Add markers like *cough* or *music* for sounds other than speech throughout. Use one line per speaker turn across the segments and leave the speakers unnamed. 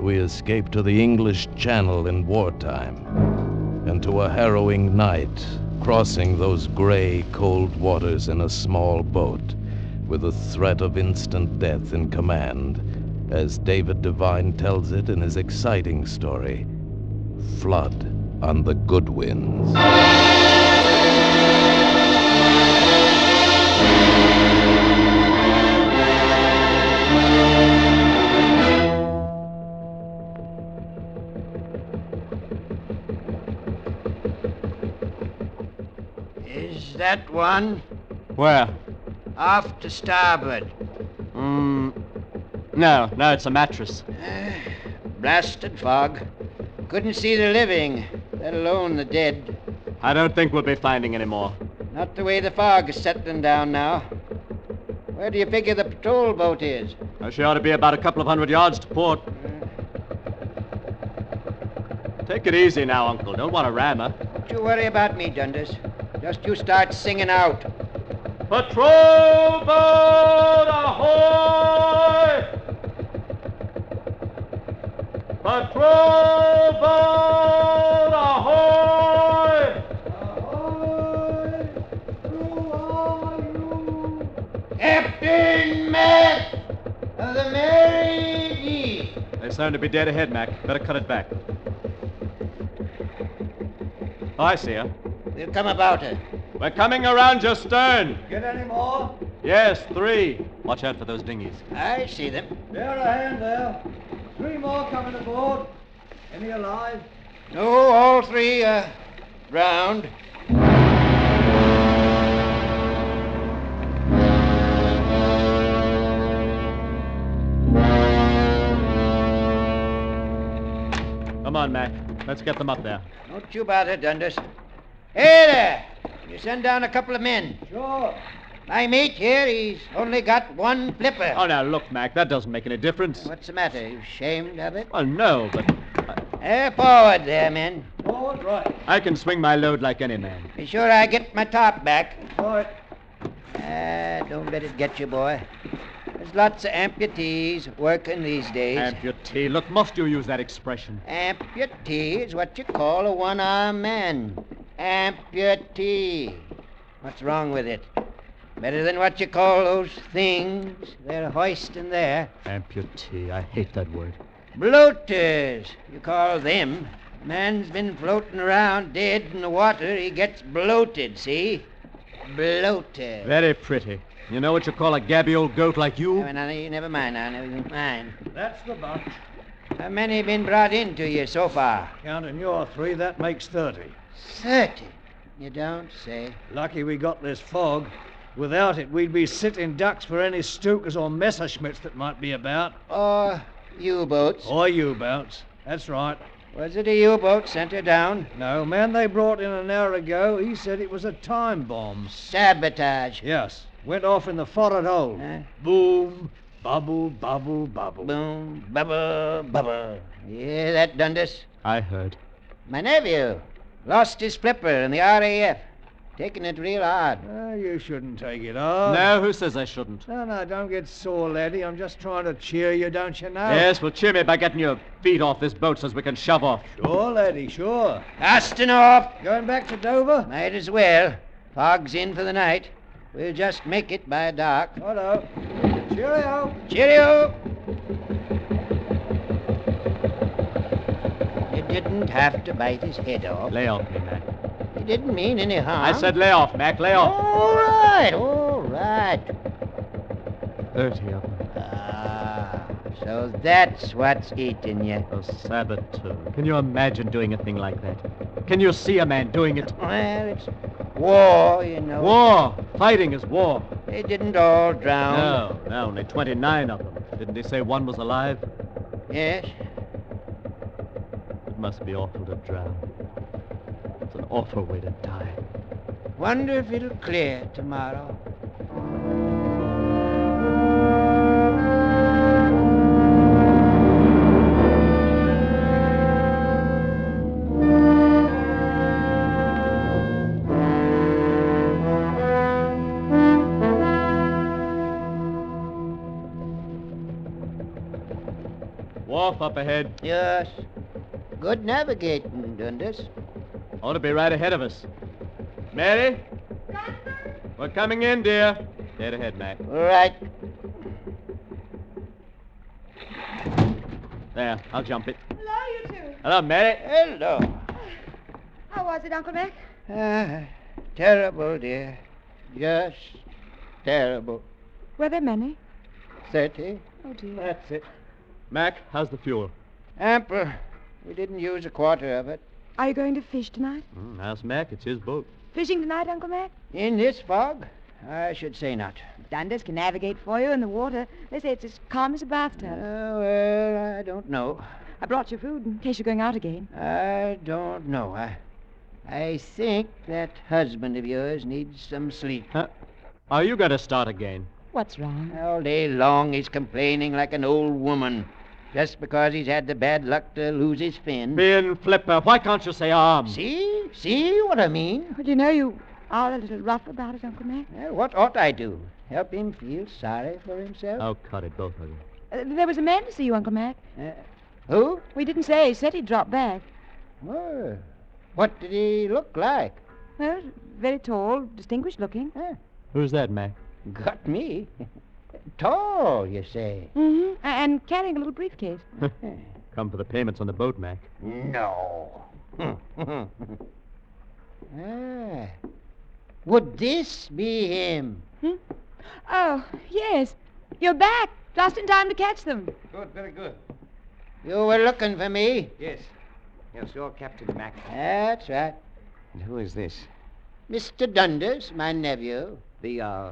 we escape to the English Channel in wartime and to a harrowing night, crossing those gray, cold waters in a small boat with the threat of instant death in command, as David Devine tells it in his exciting story Flood on the Goodwins.
Is that one?
Where?
Off to starboard.
Mm, no, no, it's a mattress.
Blasted fog. Couldn't see the living, let alone the dead.
I don't think we'll be finding any more.
Not the way the fog is settling down now. Where do you figure the patrol boat is?
Uh, She ought to be about a couple of hundred yards to port. Take it easy now, Uncle. Don't want to ram her.
Don't you worry about me, Dundas. Just you start singing out.
Patrol boat ahoy! Patrol boat ahoy!
Captain Matt of the Mary D.
They sound to be dead ahead, Mac. Better cut it back. Oh, I see her.
We'll come about her.
We're coming around your stern.
Get any more?
Yes, three. Watch out for those dinghies.
I see them.
Bear a hand there. Three more coming aboard. Any alive?
No, all three uh, drowned.
Come on, Mac. Let's get them up there.
Don't you bother, Dundas. Hey there! You send down a couple of men.
Sure.
My mate here, he's only got one flipper.
Oh, now look, Mac. That doesn't make any difference.
What's the matter? You ashamed of it?
Well, no, but uh,
There, forward there, men.
Forward right.
I can swing my load like any man.
Be sure I get my top back.
Right.
Ah, don't let it get you, boy. There's lots of amputees working these days.
Amputee. Look, must you use that expression?
Amputee is what you call a one armed man. Amputee. What's wrong with it? Better than what you call those things they're hoisting there.
Amputee. I hate that word.
Bloaters, you call them. Man's been floating around dead in the water. He gets bloated, see? Bloated.
Very pretty. You know what you call a gabby old goat like you?
Never, mind, never mind, now, never mind.
That's the bunch.
How many been brought in to you so far?
Counting your three, that makes 30.
Thirty. You don't say.
Lucky we got this fog. Without it, we'd be sitting ducks for any Stukas or Messerschmitts that might be about.
Or U-boats.
Or U-boats. That's right.
Was it a U-boat sent her down?
No, man they brought in an hour ago, he said it was a time bomb.
Sabotage.
Yes. Went off in the forward hole.
Huh?
Boom, bubble, bubble, bubble.
Boom, bubble, bubble. You hear that, Dundas?
I heard.
My nephew lost his flipper in the RAF. Taking it real hard.
Ah, you shouldn't take it on.
No, who says I shouldn't?
No, no, don't get sore, laddie. I'm just trying to cheer you, don't you know?
Yes, well, cheer me by getting your feet off this boat so as we can shove off.
Sure, laddie, sure.
Aston off.
Going back to Dover?
Might as well. Fog's in for the night. We'll just make it by dark.
Righto. Cheerio.
Cheerio! You didn't have to bite his head off.
Lay off me, Mac.
He didn't mean any harm.
I said lay off, Mac. Lay off.
All right, all right.
30 of them.
Ah, so that's what's eating you.
A saboteur. uh, Can you imagine doing a thing like that? Can you see a man doing it?
Well, it's war, you know.
War! Oh, Fighting is war.
They didn't all drown.
No, no, only 29 of them. Didn't he say one was alive?
Yes,
must be awful to drown. It's an awful way to die.
Wonder if it'll clear tomorrow.
Wharf up ahead.
Yes. Good navigating, Dundas.
Ought to be right ahead of us. Mary? We're coming in, dear. Dead ahead, Mac.
Right.
There, I'll jump it.
Hello, you two.
Hello, Mary.
Hello.
How was it, Uncle Mac?
Ah, terrible, dear. Just terrible.
Were there many?
Thirty.
Oh, dear.
That's it.
Mac, how's the fuel?
Ample. We didn't use a quarter of it.
Are you going to fish tonight?
Mm,
Hmm,
how's Mac? It's his boat.
Fishing tonight, Uncle Mac?
In this fog? I should say not.
Dundas can navigate for you in the water. They say it's as calm as a bathtub.
Oh, well, I don't know.
I brought you food in case you're going out again.
I don't know. I, I think that husband of yours needs some sleep.
Huh? Are you going to start again?
What's wrong?
All day long he's complaining like an old woman, just because he's had the bad luck to lose his fin.
Being flipper, why can't you say arm?
See, see what I mean?
Well, you know you are a little rough about it, Uncle Mac.
Well, what ought I do? Help him feel sorry for himself?
Oh, cut it, both of you.
Uh, there was a man to see you, Uncle Mac.
Uh, who?
We didn't say. He said he dropped back.
Oh, what did he look like?
Well, very tall, distinguished looking.
Huh,
Who's that, Mac?
got me. *laughs* Tall, you say?
Mm-hmm. And carrying a little briefcase.
Come for the payments on the boat, Mac.
No. ah. Would this be him?
Oh, yes. You're back. Just in time to catch them.
Good, very good.
You were looking for me?
Yes. Yes, you're Captain Mac.
That's right.
And who is this?
Mr. Dundas, my nephew.
The, uh,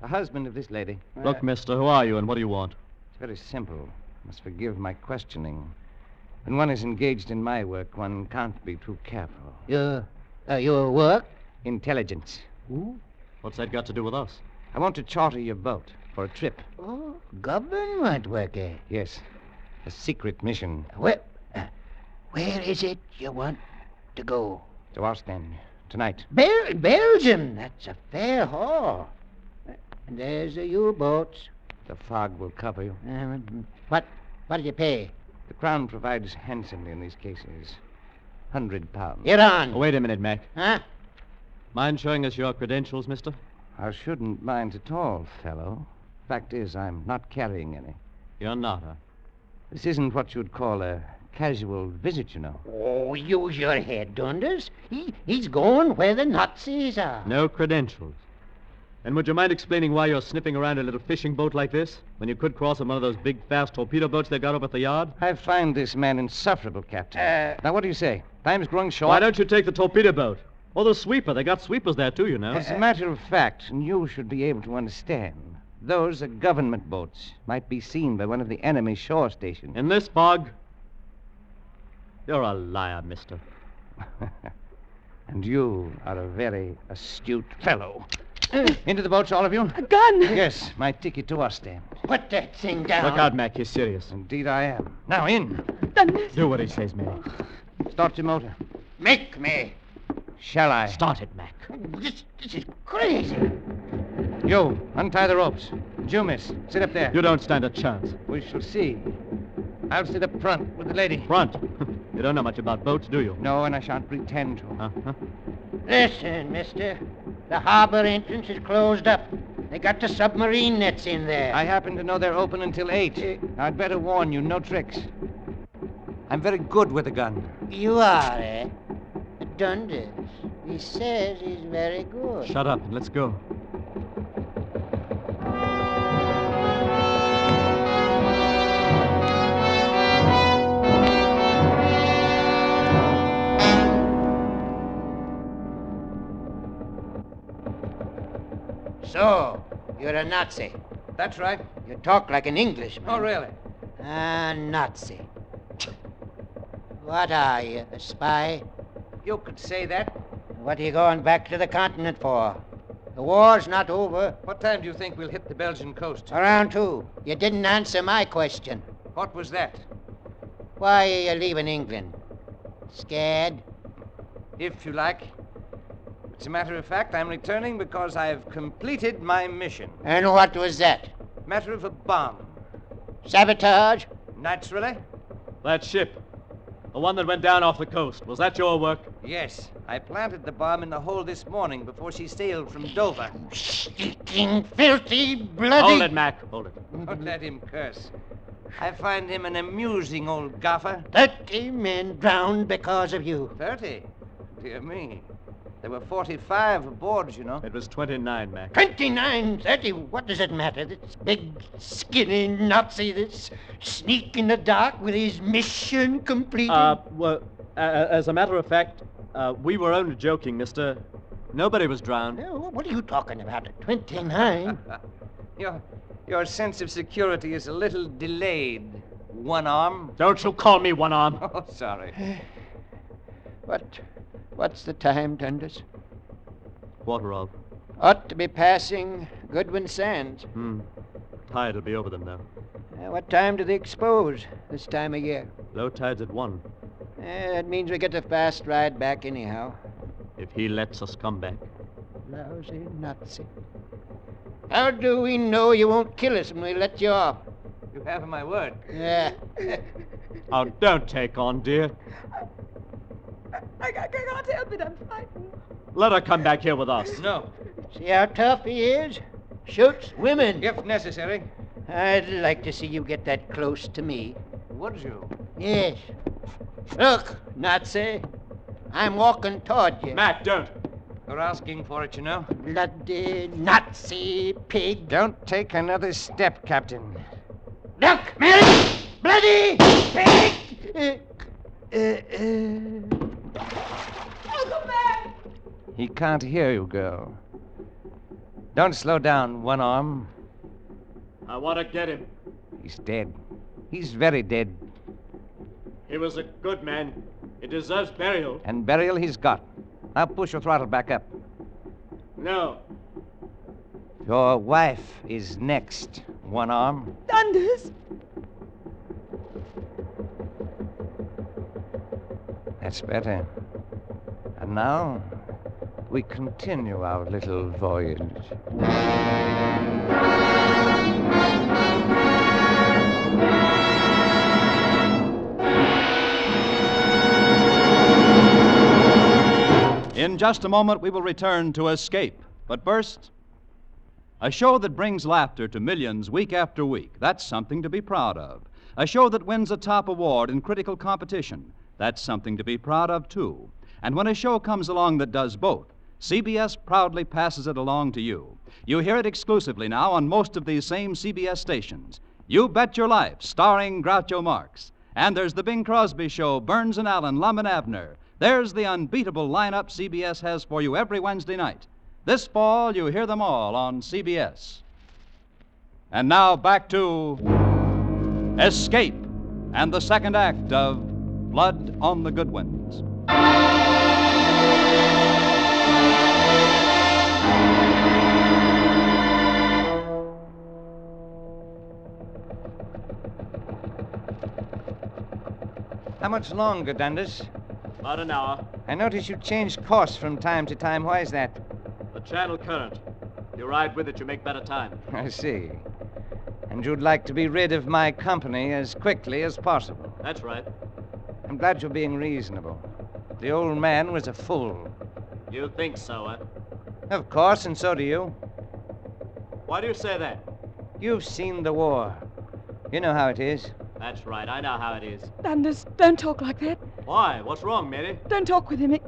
the husband of this lady.
Look, mister, who are you and what do you want?
It's very simple. Must forgive my questioning. When one is engaged in my work, one can't be too careful.
Your, uh, your work?
Intelligence.
What's that got to do with us?
I want to charter your boat for a trip.
Oh, government work, eh?
Yes. A secret mission
Where, uh, where is it you want to go?
to Ostend tonight.
Bel- Belgium. That's a fair haul. There's the U-boats.
The fog will cover you.
Um, what, what do you pay?
The Crown provides handsomely in these cases. Hundred pounds.
You're on.
Oh, wait a minute, Mac.
Huh?
Mind showing us your credentials, mister?
I shouldn't mind at all, fellow. Fact is, I'm not carrying any.
You're not, huh?
This isn't what you'd call a casual visit, you know.
Oh, use your head, Dundas. He, he's going where the Nazis are.
No credentials. And would you mind explaining why you're sniffing around a little fishing boat like this when you could cross in one of those big, fast torpedo boats they got up at the yard?
I find this man insufferable, Captain.
Uh,
now, what do you say? Time's growing short.
Why don't you take the torpedo boat? Or the sweeper. They got sweepers there, too, you know.
As a matter of fact, and you should be able to understand, those are government boats. Might be seen by one of the enemy shore stations.
In this fog? You're a liar, mister.
*laughs* And you are a very astute fellow. Into the boats, all of you?
A gun!
Yes, my ticket to Ostend.
Put that thing down.
Look out, Mac. He's serious.
Indeed, I am. Now, in.
Dundas!
Do what he says, Mac.
Start your motor.
Make me.
Shall I?
Start it, Mac.
This, this is crazy.
You, untie the ropes. And You, miss, sit up there.
You don't stand a chance.
We shall see. I'll sit up front with the lady.
Front. *laughs* you don't know much about boats, do you?
No, and I shan't pretend to.
Uh-huh.
Listen, mister. The harbor entrance is closed up. They got the submarine nets in there.
I happen to know they're open until eight. I'd better warn you, no tricks. I'm very good with a gun.
You are, eh? Dundas. He says he's very good.
Shut up and let's go.
So, you're a Nazi.
That's right.
You
Oh,
talk like an Englishman.
Oh, really?
A Nazi. What are you, a spy?
You could say that.
What are you going back to the continent for? The war's not over.
What time do you think we'll hit the Belgian coast?
Around two. You didn't answer my question.
What was that?
Why are you leaving England? Scared?
If you like. It's a matter of fact, I'm returning because I've completed my mission.
And what was that?
Matter of a bomb.
Sabotage?
Naturally?
That ship. The one that went down off the coast. Was that your work?
Yes. I planted the bomb in the hole this morning before she sailed from Dover.
Stinking, filthy,
Hold
bloody.
it, Mac. Hold it.
Don't let him curse. I find him an amusing old gaffer.
Thirty men drowned because of you.
Thirty? Dear me. There were 45 aboard, you know.
It was 29, Mac.
Twenty-nine, thirty. What does it matter? This big, skinny Nazi, this sneak in the dark with his mission completed.
Uh, well, uh, as a matter of fact, uh, we were only joking, mister. Nobody was drowned.
No, Oh, what are you talking about? Twenty-nine?
Your, your sense of security is a little delayed. One arm? *laughs*
Don't you call me one arm. *laughs*
Oh, sorry.
what? What's the time, Dundas?
Quarter of.
Ought to be passing Goodwin Sands.
Hmm. Tide will be over them, though.
Uh, what time do they expose this time of year?
Low tide's at one.
Uh, that means we get a fast ride back anyhow.
If he lets us come back.
Lousy Nazi. How do we know you won't kill us when we let you off?
You have my word.
Yeah.
Oh, don't take on, dear.
I, I can't help it. I'm frightened.
Let her come back here with us.
No.
see how tough he is? Shoots women.
If necessary.
I'd like to see you get that close to me.
Would you?
Yes. Look, Nazi. I'm walking toward you.
Mac, don't.
You're asking for it, you know.
Bloody Nazi pig.
Don't take another step, Captain.
Look, Mary! Bloody pig! Uh, uh, uh.
Uncle Mac!
He can't hear you, girl. Don't slow down, one arm.
I want to get him.
He's dead. He's very dead.
He was a good man. He deserves burial.
And burial he's got. Now push your throttle back up.
No.
Your wife is next, one arm.
Thunders!
That's better. And now we continue our little voyage.
In just a moment, we will return to Escape. But first, a show that brings laughter to millions week after week. That's something to be proud of. A show that wins a top award in critical competition. That's something to be proud of, too. And when a show comes along that does both, CBS proudly passes it along to you. You hear it exclusively now on most of these same CBS stations. You Bet Your Life, starring Groucho Marx. And there's The Bing Crosby Show, Burns and Allen, Lum and Abner. There's the unbeatable lineup CBS has for you every Wednesday night. This fall, you hear them all on CBS. And now back to Escape and the second act of Blood on the Goodwins.
How much longer, Dundas?
About an hour.
I notice you change course from time to time. Why is that?
The channel current. You ride with it, you make better time.
I see. And you'd like to be rid of my company as quickly as possible.
That's right.
I'm glad you're being reasonable. The old man was a fool.
You think so, eh?
Of course, and so do you.
Why do you say that?
You've seen the war. You know how it is.
That's right. I know how it is.
Thunders, don't talk like that.
Why? What's wrong, Mary?
Don't talk with him. It,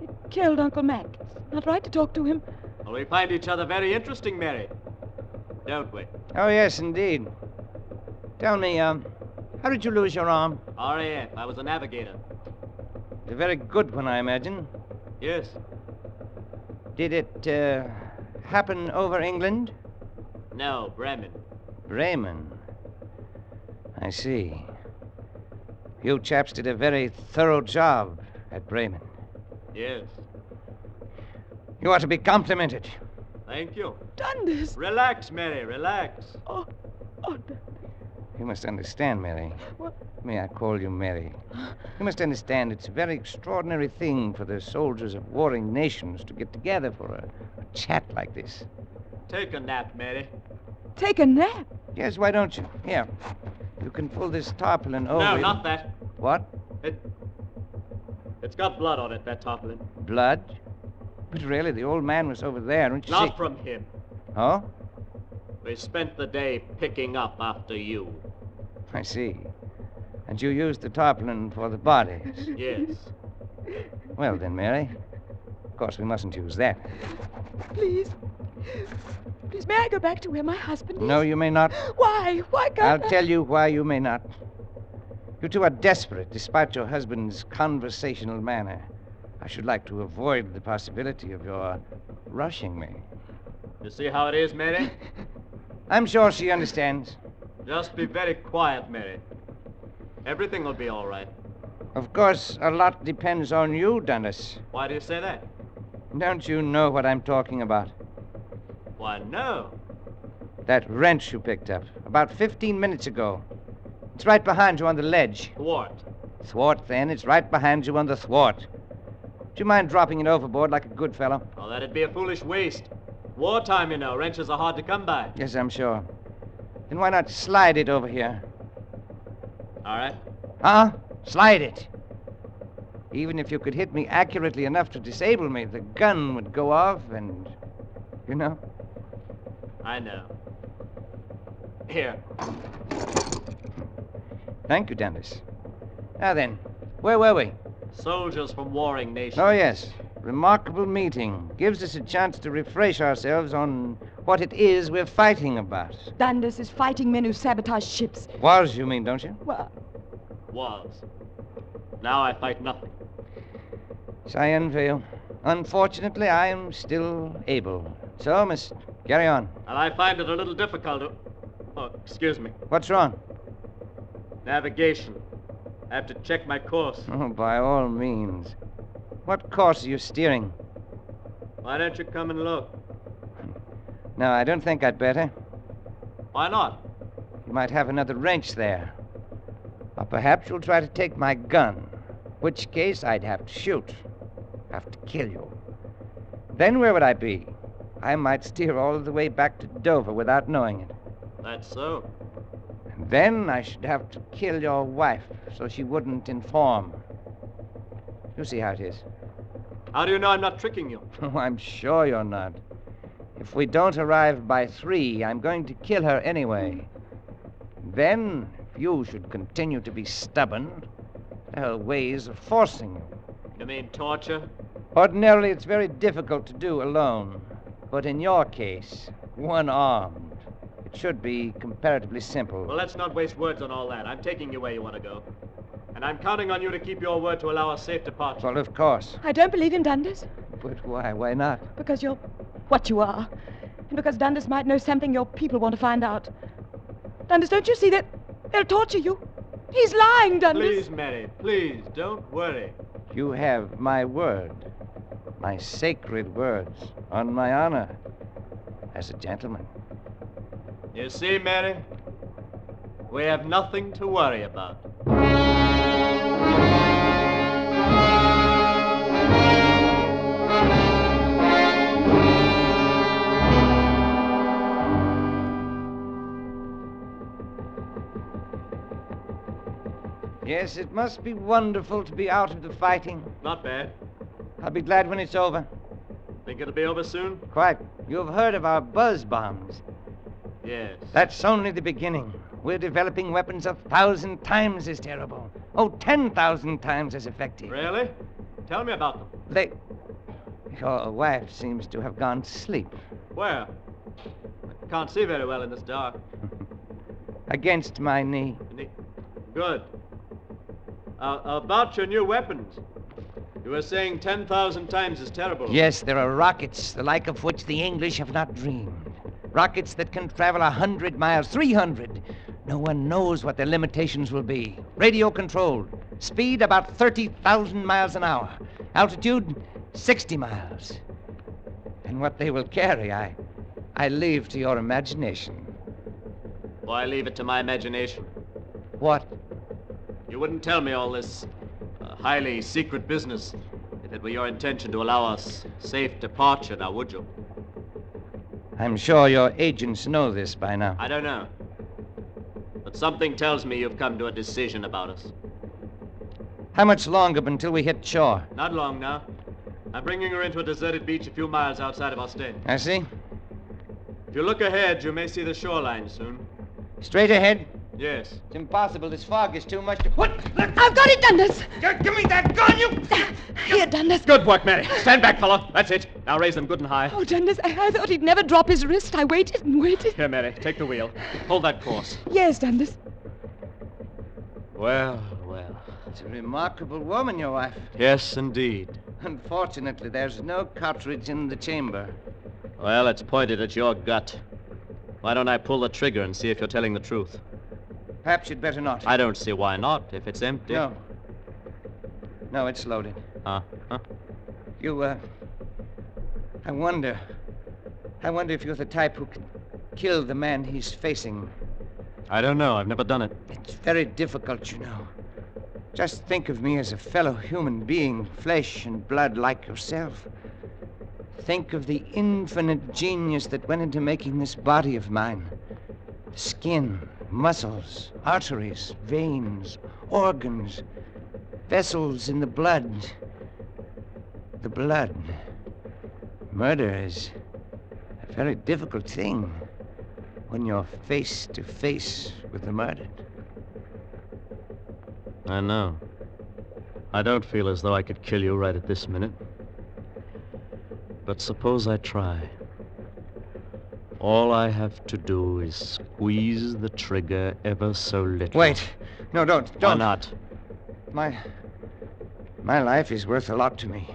it killed Uncle Mac. It's not right to talk to him.
Well, we find each other very interesting, Mary. Don't we?
Oh, yes, indeed. Tell me, um, how did you lose your arm?
RAF. I was a navigator.
A very good one, I imagine.
Yes.
Did it, uh, happen over England?
No, Bremen.
Bremen. I see. You chaps did a very thorough job at Bremen.
Yes.
You are to be complimented.
Thank you.
Dundas.
Relax, Mary, relax.
Oh, oh, Dun-
You must understand, Mary.
What?
May I call you
*gasps*
Mary? You must understand it's a very extraordinary thing for the soldiers of warring nations to get together for a, a chat like this.
Take a nap, Mary.
take a nap.
Yes, why don't you? Here. You can pull this tarpaulin over.
no,
you.
not that.
What?
It, it's got blood on it, that tarpaulin.
Blood? But really, the old man was over there, don't you see?
Not from him.
Oh?
We spent the day picking up after you.
I see. And you used the tarpaulin for the bodies.
Yes.
well, then, Mary. Of course, we mustn't use that.
Please. Please, may I go back to where my husband is?
No, you may not.
Why? Why
I'll
can't I-
tell you why you may not. You two are desperate, despite your husband's conversational manner. I should like to avoid the possibility of your rushing me.
You see how it is, Mary?
I'm sure she understands.
Just be very quiet, Mary. Everything will be all right.
Of course, a lot depends on you, Dundas.
Why do you say that?
Don't you know what I'm talking about?
Why, no.
That wrench you picked up about 15 minutes ago. It's right behind you on the ledge.
Thwart.
Thwart, then. It's right behind you on the thwart. Do you mind dropping it overboard like a good fellow?
Oh, that'd be a foolish waste. Wartime, you know. Wrenches are hard to come by.
Yes, I'm sure. Then why not slide it over here?
All right.
Huh? Slide it. Even if you could hit me accurately enough to disable me, the gun would go off and. You know?
I know. Here.
Thank you, Dennis. Now then, where were we?
Soldiers from warring nations.
Oh, yes. Remarkable meeting. Gives us a chance to refresh ourselves on what it is we're fighting about.
Dundas is fighting men who sabotage ships.
Was, you mean, don't you?
Well,
Was. Now I fight nothing.
Cyan Vale. Unfortunately, I am still able. So, must carry on.
And I find it a little difficult to. Oh, excuse me.
What's wrong?
Navigation. I have to check my course.
Oh, by all means. What course are you steering?
Why don't you come and look?
No, I don't think I'd better.
Why not?
You might have another wrench there. Or perhaps you'll try to take my gun, which case I'd have to shoot, have to kill you. Then where would I be? I might steer all the way back to Dover without knowing it.
That's so.
And then I should have to kill your wife so she wouldn't inform. You see how it is. *laughs*
How do you know I'm not tricking you?
Oh, I'm sure you're not. If we don't arrive by three, I'm going to kill her anyway. Then, if you should continue to be stubborn, there are ways of forcing you.
You mean torture?
Ordinarily, it's very difficult to do alone. But in your case, one armed, it should be comparatively simple.
Well, let's not waste words on all that. I'm taking you where you want to go. And I'm counting on you to keep your word to allow a safe departure.
well, of course.
I don't believe in Dundas
But why? Why not?
because you're what you are, and because Dundas might know something your people want to find out. Dundas, don't you see that they'll torture you? He's lying, Dundas.
Please, Mary, please, don't worry.
You have my word, my sacred words, on my honor, as a gentleman.
You see, Mary, we have nothing to worry about.
Yes, it must be wonderful to be out of the fighting.
Not bad.
I'll be glad when it's over.
Think it'll be over soon?
Quite. You've heard of our buzz bombs.
Yes.
That's only the beginning. We're developing weapons a thousand times as terrible. Oh, ten thousand times as effective.
Really? Tell me about them.
They. Your wife seems to have gone to sleep
Where? I can't see very well in this dark.
against my knee.
Ne- Good. Uh, about your new weapons. You were saying 10,000 times is terrible.
Yes, there are rockets, the like of which the English have not dreamed. Rockets that can travel a hundred miles, three hundred, No one knows what their limitations will be. Radio controlled. Speed about 30,000 miles an hour. Altitude 60 miles. And what they will carry, I I leave to your imagination.
Well, I leave it to my imagination.
What?
You wouldn't tell me all this uh, highly secret business if it were your intention to allow us safe departure, now, would you?
I'm sure your agents know this by now.
I don't know. But something tells me you've come to a decision about us.
How much longer until we hit shore?
Not long now. I'm bringing her into a deserted beach a few miles outside of our state.
I see.
If you look ahead, you may see the shoreline soon.
Straight ahead.
Yes.
It's impossible. This fog is too much to. What?
I've got it, Dundas.
Give me that gun, you.
Here, Dundas.
Good work, Mary. Stand back, fellow. That's it. Now raise them good and high.
Oh, Dundas, I, I thought he'd never drop his wrist. I waited and waited.
Here, Mary, take the wheel. Hold that course.
Yes, Dundas.
Well, well.
It's a remarkable woman, your wife.
Yes, indeed.
Unfortunately, there's no cartridge in the chamber.
Well, it's pointed at your gut. Why don't I pull the trigger and see if you're telling the truth?
Perhaps you'd better not.
I don't see why not, if it's empty.
No. No, it's loaded.
Uh, huh?
You, uh. I wonder. I wonder if you're the type who can kill the man he's facing.
I don't know. I've never done it.
It's very difficult, you know. Just think of me as a fellow human being, flesh and blood like yourself. Think of the infinite genius that went into making this body of mine skin, muscles, arteries, veins, organs, vessels in the blood. The blood. Murder is a very difficult thing when you're face to face with the murdered.
I know. I don't feel as though I could kill you right at this minute. But suppose I try. All I have to do is squeeze the trigger ever so little.
Wait. No, don't.
Why
Don't.
not?
My. My life is worth a lot to me.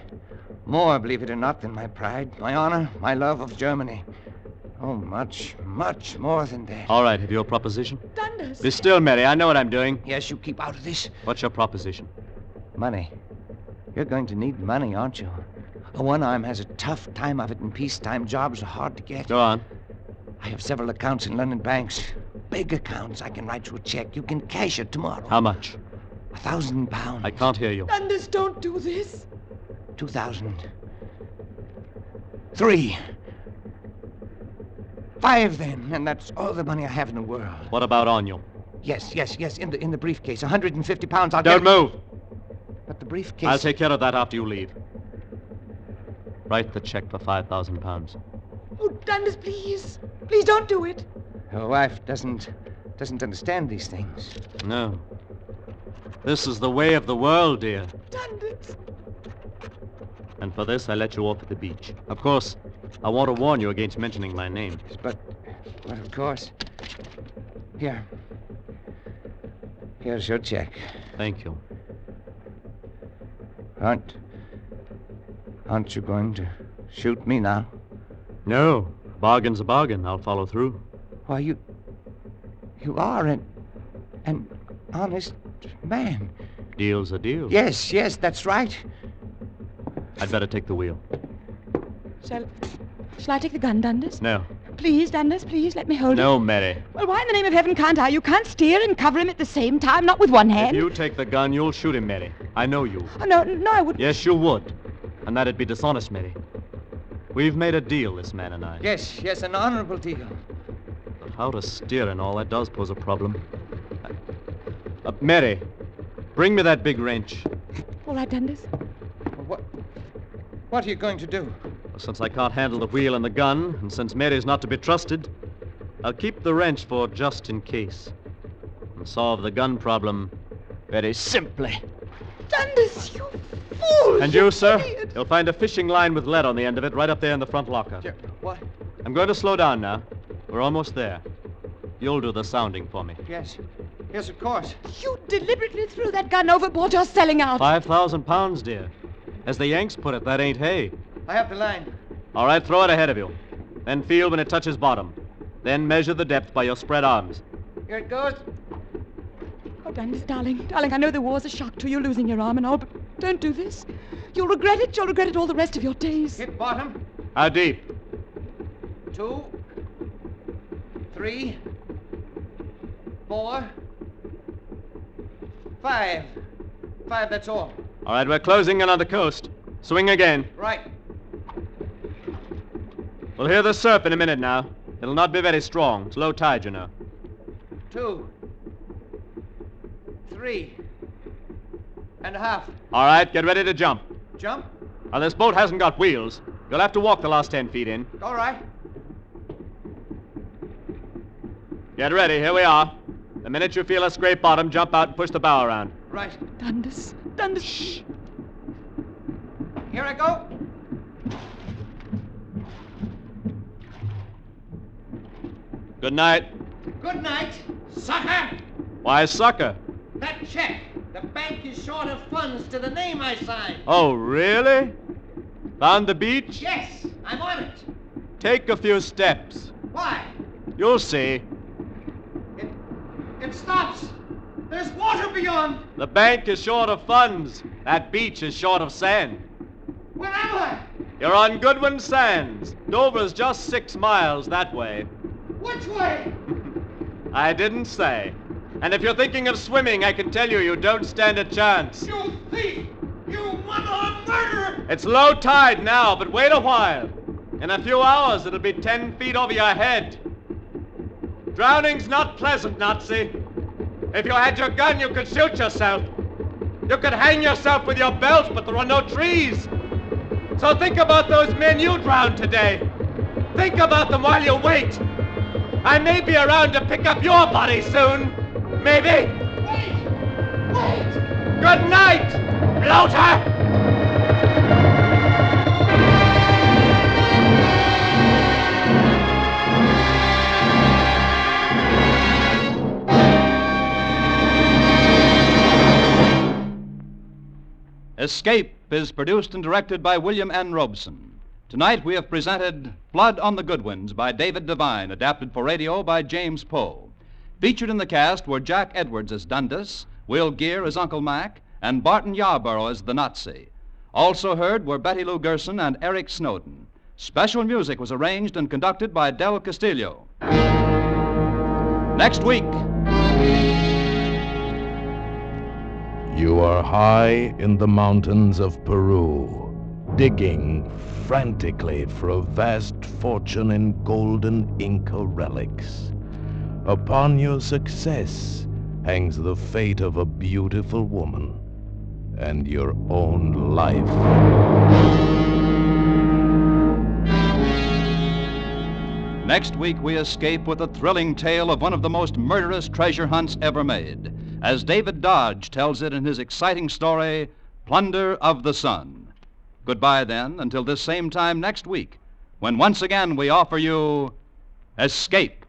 More, believe it or not, than my pride, my honor, my love of Germany. Oh, much, much more than that.
All right, have you a proposition?
Dundas.
Be still, Mary. I know what I'm doing.
Yes, you keep out of this.
What's your proposition?
Money. You're going to need money, aren't you? A one arm has a tough time of it in peacetime. Jobs are hard to get.
Go on.
I have several accounts in London banks. Big accounts. I can write you a check. You can cash it tomorrow.
How much?
A thousand pounds.
I can't hear you.
Dundas, don't do this.
Two thousand. Three. Five then, and that's all the money I have in the world.
What about on you?
Yes, yes, yes. In the in the briefcase, a hundred and fifty pounds. I'll
Don't
get.
move.
But the briefcase.
I'll take care of that after you leave. Write the check for 5,000 pounds.
Oh, Dundas, please. Please don't do it.
Your wife doesn't doesn't understand these things.
No. This is the way of the world, dear.
Dundas.
And for this, I let you off at the beach. Of course, I want to warn you against mentioning my name.
But, but of course. Here. Here's your check.
Thank you.
Aren't. Aren't you going to shoot me now?
No, a bargain's a bargain. I'll follow through.
Why, you. You are an. an honest man.
Deal's a deal.
Yes, yes, that's right.
I'd better take the wheel.
Shall, shall I take the gun, Dundas?
No.
Please, Dundas, please let me hold it.
No, Mary.
Well, why in the name of heaven can't I? You can't steer and cover him at the same time, not with one
If
hand.
you take the gun, you'll shoot him, Mary. I know you.
Oh, no, no, I wouldn't.
Yes, you would. And that'd be dishonest, Mary. We've made a deal, this man and I.
Yes, yes, an honorable deal.
But how to steer and all, that does pose a problem. Uh, Mary, bring me that big wrench.
All right, Dundas.
What. What are you going to do?
Since I can't handle the wheel and the gun, and since Mary's not to be trusted, I'll keep the wrench for just in case. And solve the gun problem very simply.
Dundas, you fool!
And you, sir,
idiot.
you'll find a fishing line with lead on the end of it right up there in the front locker.
What?
I'm going to slow down now. We're almost there. You'll do the sounding for me.
Yes. Yes, of course.
You deliberately threw that gun overboard. You're selling out.
Five thousand pounds, dear. As the Yanks put it, that ain't hay.
I have the line.
All right, throw it ahead of you. Then feel when it touches bottom. Then measure the depth by your spread arms.
Here it goes.
Oh, Dundas, darling, darling, I know the war's a shock to you, losing your arm and all, but don't do this. You'll regret it. You'll regret it all the rest of your days.
Hit bottom.
How deep?
Two. Three. Four. Five. Five, that's all.
All right, we're closing in on the coast. Swing again.
Right.
We'll hear the surf in a minute now. It'll not be very strong. It's low tide, you know.
Two. Three. And a half.
All right, get ready to jump.
Jump.
Now, this boat hasn't got wheels. You'll have to walk the last ten feet in.
All right.
Get ready. Here we are. The minute you feel a scrape bottom, jump out and push the bow around.
Right.
Dundas, Dundas. Shh.
Here I go.
Good night.
Good night, sucker.
Why, sucker.
That check. The bank is short of funds to the name I signed.
Oh, really? Found the beach?
Yes, I'm on it.
Take a few steps.
Why?
You'll see.
It, it stops. There's water beyond.
The bank is short of funds. That beach is short of sand.
Where am I?
You're on Goodwin Sands. Dover's just six miles that way.
Which way?
I didn't say. And if you're thinking of swimming, I can tell you you don't stand a chance.
You thief! You one-armed murderer!
It's low tide now, but wait a while. In a few hours, it'll be ten feet over your head. Drowning's not pleasant, Nazi. If you had your gun, you could shoot yourself. You could hang yourself with your belt, but there are no trees. So think about those men you drowned today. Think about them while you wait. I may be around to pick up your body soon. Maybe.
Wait! Wait!
Good night, bloater!
Escape is produced and directed by William N. Robeson. Tonight we have presented Blood on the Goodwins by David Devine, adapted for radio by James Poe. Featured in the cast were Jack Edwards as Dundas, Will Gear as Uncle Mac, and Barton Yarborough as the Nazi. Also heard were Betty Lou Gerson and Eric Snowden. Special music was arranged and conducted by Del Castillo. Next week,
You are high in the mountains of Peru, digging frantically for a vast fortune in golden Inca relics. Upon your success hangs the fate of a beautiful woman and your own life.
Next week, we escape with a thrilling tale of one of the most murderous treasure hunts ever made, as David Dodge tells it in his exciting story, Plunder of the Sun. Goodbye, then, until this same time next week, when once again we offer you Escape.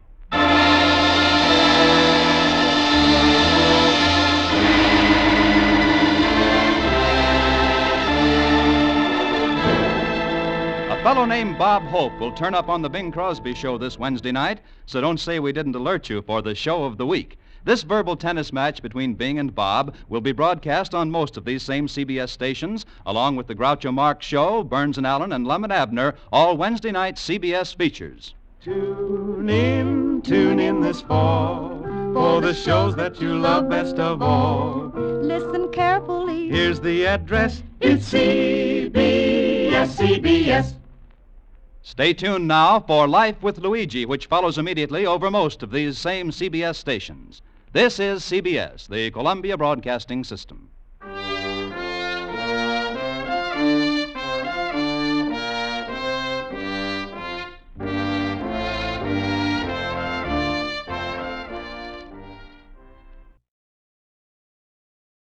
A fellow named Bob Hope will turn up on the Bing Crosby show this Wednesday night, so don't say we didn't alert you for the show of the week. This verbal tennis match between Bing and Bob will be broadcast on most of these same CBS stations, along with the Groucho Marx Show, Burns and Allen, and Lemon Abner, all Wednesday night CBS features.
Tune in, tune in this fall for the shows that you love best of all.
Listen carefully.
Here's the address. It's CBS, CBS.
Stay tuned now for Life with Luigi, which follows immediately over most of these same CBS stations. This is CBS, the Columbia Broadcasting System.